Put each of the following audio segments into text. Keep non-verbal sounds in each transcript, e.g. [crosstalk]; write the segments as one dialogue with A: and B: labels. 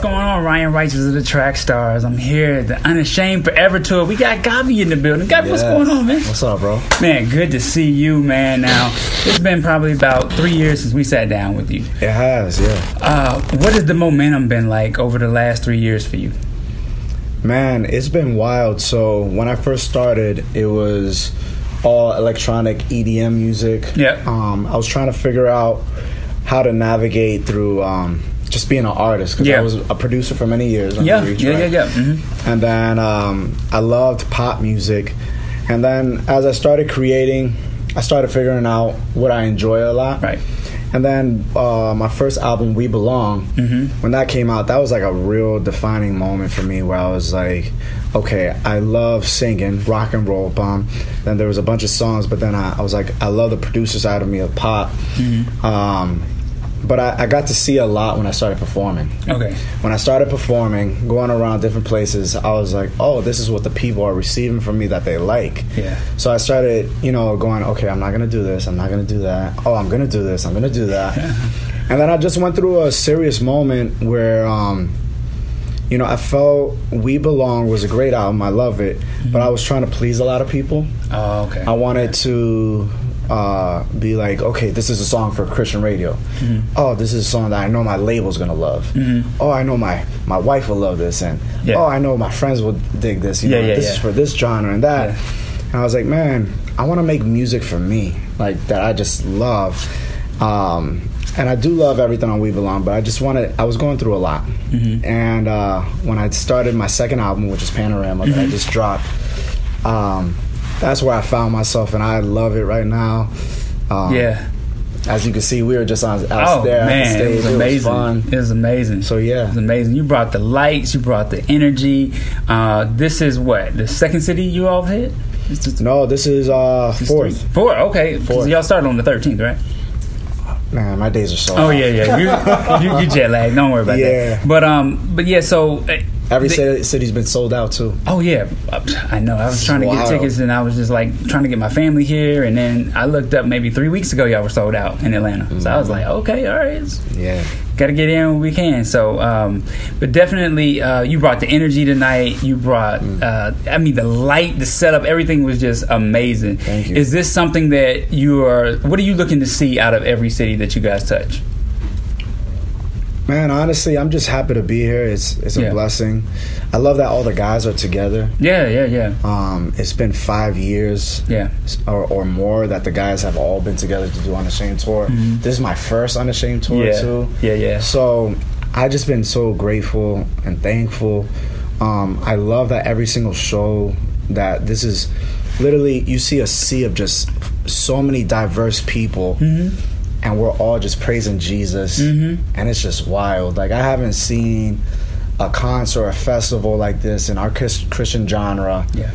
A: going on, Ryan Righteous of the Track Stars? I'm here, at the Unashamed Forever Tour. We got Gavi in the building. Gavi, what's
B: Yeah.
A: going on, man?
B: What's up, bro?
A: Man, good to see you, man. Now, it's been probably about three years since we sat down with you.
B: It has, yeah.
A: Uh, what has the momentum been like over the last three years for you?
B: Man, it's been wild. So when I first started, it was all electronic EDM music.
A: Yep.
B: Um, I was trying to figure out how to navigate through um, just being an artist because
A: Yeah.
B: I was a producer for many years. on
A: Yeah,
B: Reach,
A: yeah,
B: right?
A: yeah, yeah. hmm
B: and then um, I loved pop music. And then as I started creating, I started figuring out what I enjoy a lot.
A: Right.
B: And then uh, my first album, We Belong, when that came out, that was like a real defining moment for me where I was like, okay, I love singing, rock and roll, bomb. Then there was a bunch of songs, but then I, I was like, I love the producer side of me of pop. Um, but I, I got to see a lot when I started performing
A: Okay.
B: when I started performing, going around different places, I was like, oh, this is what the people are receiving from me that they like.
A: Yeah.
B: So I started, you know, going, okay, I'm not gonna do this, I'm not gonna do that. Oh, I'm gonna do this, I'm gonna do that. and then I just went through a serious moment where, um, you know, I felt We Belong was a great album, I love it, but I was trying to please a lot of people.
A: Oh, okay.
B: I um, wanted to uh, be like, okay, this is a song for Christian radio.
A: Mm-hmm.
B: Oh, this is a song that I know my label's gonna love. Oh, I know my my wife will love this, and
A: Yeah.
B: oh, I know my friends will dig this. You
A: Yeah,
B: know,
A: yeah,
B: this
A: yeah.
B: is for this genre and that.
A: Yeah.
B: And I was like, man, I want to make music for me, like that I just love. Um, and I do love everything on We Belong, but I just wanted, I was going through a lot.
A: Mm-hmm.
B: And uh, when I started my second album, which is Panorama, that I just dropped, um, that's where I found myself, and I love it right now. Um,
A: yeah.
B: As you can see, we were just on out
A: Oh
B: there on
A: man,
B: stage.
A: it was amazing.
B: fun.
A: It was amazing.
B: So
A: It was
B: yeah,
A: amazing. You brought the lights. You brought the energy. Uh, this is what the second city you all hit. It's just-
B: no, this is uh, fourth.
A: Four. Okay. 'cause
B: Fourth.
A: Y'all started on the thirteenth, right?
B: Man, my days are so.
A: Oh yeah, yeah.
B: [laughs]
A: You, you, you jet lagged. Don't worry about
B: Uh-huh. Yeah.
A: that. But um, but yeah. So uh,
B: Every
A: the-
B: city, city's been sold out too.
A: Oh yeah, I know. I was trying to get
B: Wow.
A: tickets, and I was just like trying to get my family here. And then I looked up maybe three weeks ago, y'all were sold out in Atlanta. So I was like, okay, all right, it's-
B: Yeah.
A: got to get in when we can. So, um, but definitely, uh, you brought the energy tonight. You brought,
B: Mm.
A: uh, I mean, the light, the setup, everything was just amazing.
B: Thank you.
A: Is this something that you are? What are you looking to see out of every city that you guys touch?
B: Man, honestly, I'm just happy to be here. It's it's a
A: Yeah.
B: blessing. I love that all the guys are together.
A: Yeah, yeah, yeah,
B: Um, it's been five years
A: yeah.
B: or, or more that the guys have all been together to do Unashamed tour. This is my first Unashamed tour
A: Mm-hmm. yeah.
B: too.
A: yeah, yeah,
B: So I just been so grateful and thankful. Um, I love that every single show that this is literally you see a sea of just so many diverse people.
A: Mm-hmm.
B: And we're all just praising Jesus, and it's just wild. Like I haven't seen a concert, or a festival like this in our Chris- Christian genre
A: yeah.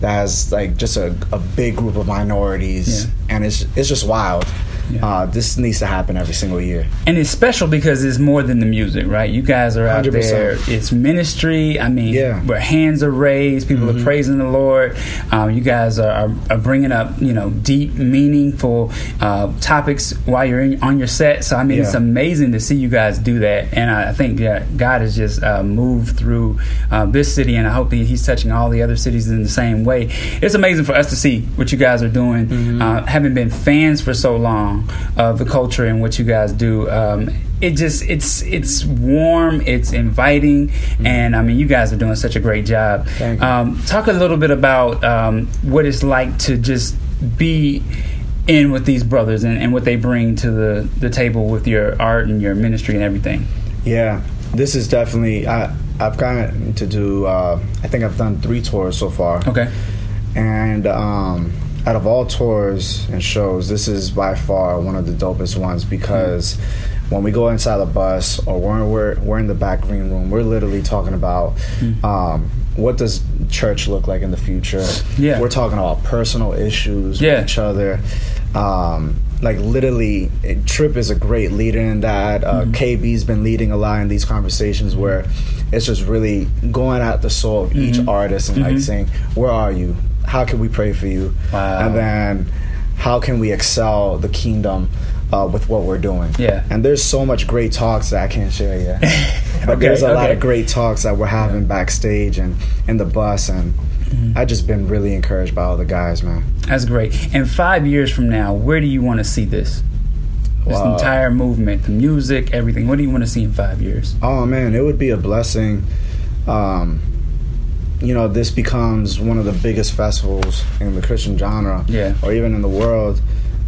B: that has like just a, a big group of minorities,
A: Yeah.
B: and it's it's just wild.
A: Yeah.
B: Uh, this needs to happen every single year.
A: And it's special because it's more than the music, right? You guys are out
B: 100%.
A: there. It's ministry. I mean,
B: Yeah. Mm-hmm.
A: where hands are raised, people are praising the Lord. Um, you guys are, are, are bringing up, you know, deep, meaningful uh, topics while you're in, on your set. So, I mean, it's
B: Yeah.
A: amazing to see you guys do that. And I I think yeah, God has just uh, moved through uh, this city, and I hope that He's touching all the other cities in the same way. It's amazing for us to see what you guys are doing,
B: Mm-hmm.
A: uh, having been fans for so long of the culture and what you guys do. Um, it just it's it's warm, it's inviting, and I mean you guys are doing such a great job.
B: Mm-hmm. Thank you.
A: Um, talk a little bit about um, what it's like to just be in with these brothers and, and what they bring to the, the table with your art and your ministry and everything.
B: Yeah, this is definitely. I I've gotten to do. Uh, I think I've done three tours so far.
A: Okay.
B: And um, out of all tours and shows, this is by far one of the dopest ones because
A: Mm.
B: when we go inside the bus or we're, we're we're in the back green room, we're literally talking about.
A: Mm.
B: Um, what does church look like in the future?
A: Yeah.
B: We're talking about personal issues
A: Yeah.
B: with each other. Um, like literally, it- Trip is a great leader in that. Uh,
A: Mm-hmm.
B: KB's been leading a lot in these conversations where it's just really going at the soul of
A: Mm-hmm.
B: each artist and like saying, "Where are you? How can we pray for you?"
A: Wow.
B: And then, how can we excel the kingdom? uh, with what we're doing.
A: Yeah.
B: And there's so much great talks that I can't
A: [laughs]
B: share yet. but
A: Okay,
B: there's a lot
A: okay.
B: of great talks that we're having backstage and in the bus, and
A: Mm-hmm.
B: I just been really encouraged by all the guys, man.
A: That's great. And five years from now, where do you want to see this? This
B: Wow.
A: entire movement, the music, everything. What do you want to see in five years?
B: Oh man, it would be a blessing. Um, you know, this becomes one of the biggest festivals in the Christian genre,
A: Yeah.
B: or even in the world.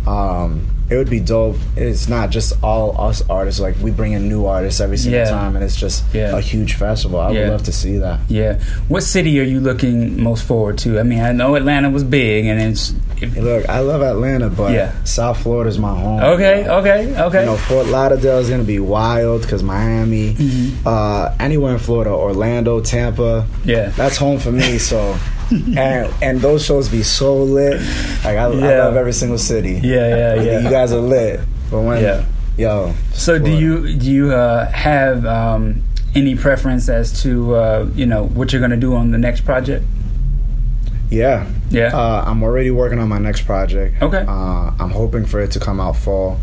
B: Um, it would be dope. It's not just all us artists; like we bring in new artists every single
A: Yeah.
B: time, and it's just
A: Yeah.
B: a huge festival. I
A: Yeah.
B: would love to see that.
A: Yeah. What city are you looking most forward to? I mean, I know Atlanta was big, and it's
B: Hey, Look, I love Atlanta, but
A: Yeah.
B: South Florida is my home.
A: okay,
B: man.
A: okay, okay.
B: You know, Fort Lauderdale is gonna be wild because Miami,
A: Mm-hmm.
B: uh, anywhere in Florida, Orlando, Tampa,
A: yeah.
B: that's home for me. So,
A: [laughs]
B: and and those shows be so lit. Like I, I
A: Yeah.
B: love every single city.
A: Yeah, yeah,
B: Like,
A: yeah.
B: You guys are lit. But when
A: Yeah.
B: yo,
A: So do
B: Florida.
A: you do you uh, have um, any preference as to uh, you know what you're going to do on the next project?
B: Yeah,
A: Yeah.
B: uh, I'm already working on my next project.
A: Okay.
B: Uh, I'm hoping for it to come out fall,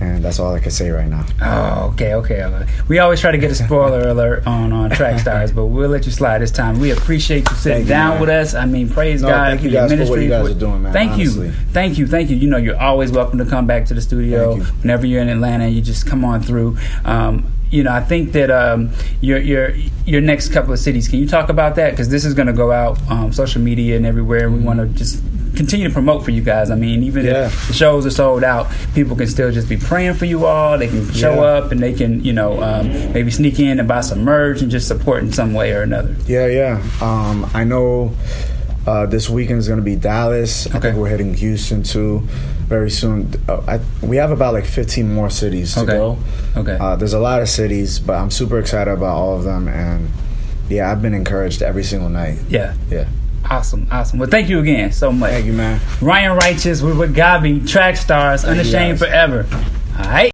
B: and that's all I can say right now.
A: Oh, okay, okay. all right. We always try to get a spoiler
B: [laughs]
A: alert on on track stars, but we'll let you slide this time. We appreciate you sitting
B: Thank you,
A: down
B: man.
A: with us. I mean, praise
B: No,
A: God
B: thank
A: for
B: you
A: your
B: guys for what
A: ministry.
B: you guys are doing, man,
A: Thank you,
B: honestly.
A: thank you, thank you. You know, you're always welcome to come back to the studio
B: Thank you.
A: whenever you're in Atlanta. You just come on through. Um, you know, I think that um, your your your next couple of cities. Can you talk about that? Because this is going to go out um, social media and everywhere. and We want to just continue to promote for you guys. I mean, even
B: Mm-hmm. Yeah.
A: if the shows are sold out, people can still just be praying for you all. They can show
B: Yeah.
A: up and they can, you know, um, maybe sneak in and buy some merch and just support in some way or another.
B: Yeah, yeah. Um, I know uh, this weekend's going to be Dallas. I
A: Okay.
B: think we're hitting Houston too very soon. Uh, I, we have about like 15 more cities to
A: Okay.
B: go.
A: Okay.
B: Uh, there's a lot of cities, but I'm super excited about all of them. And yeah, I've been encouraged every single night.
A: yeah.
B: Yeah.
A: Awesome. Awesome. Well, thank you again so much.
B: Thank you, man.
A: Ryan Righteous, we're with Gabi, track stars,
B: you,
A: unashamed
B: guys.
A: forever. All right.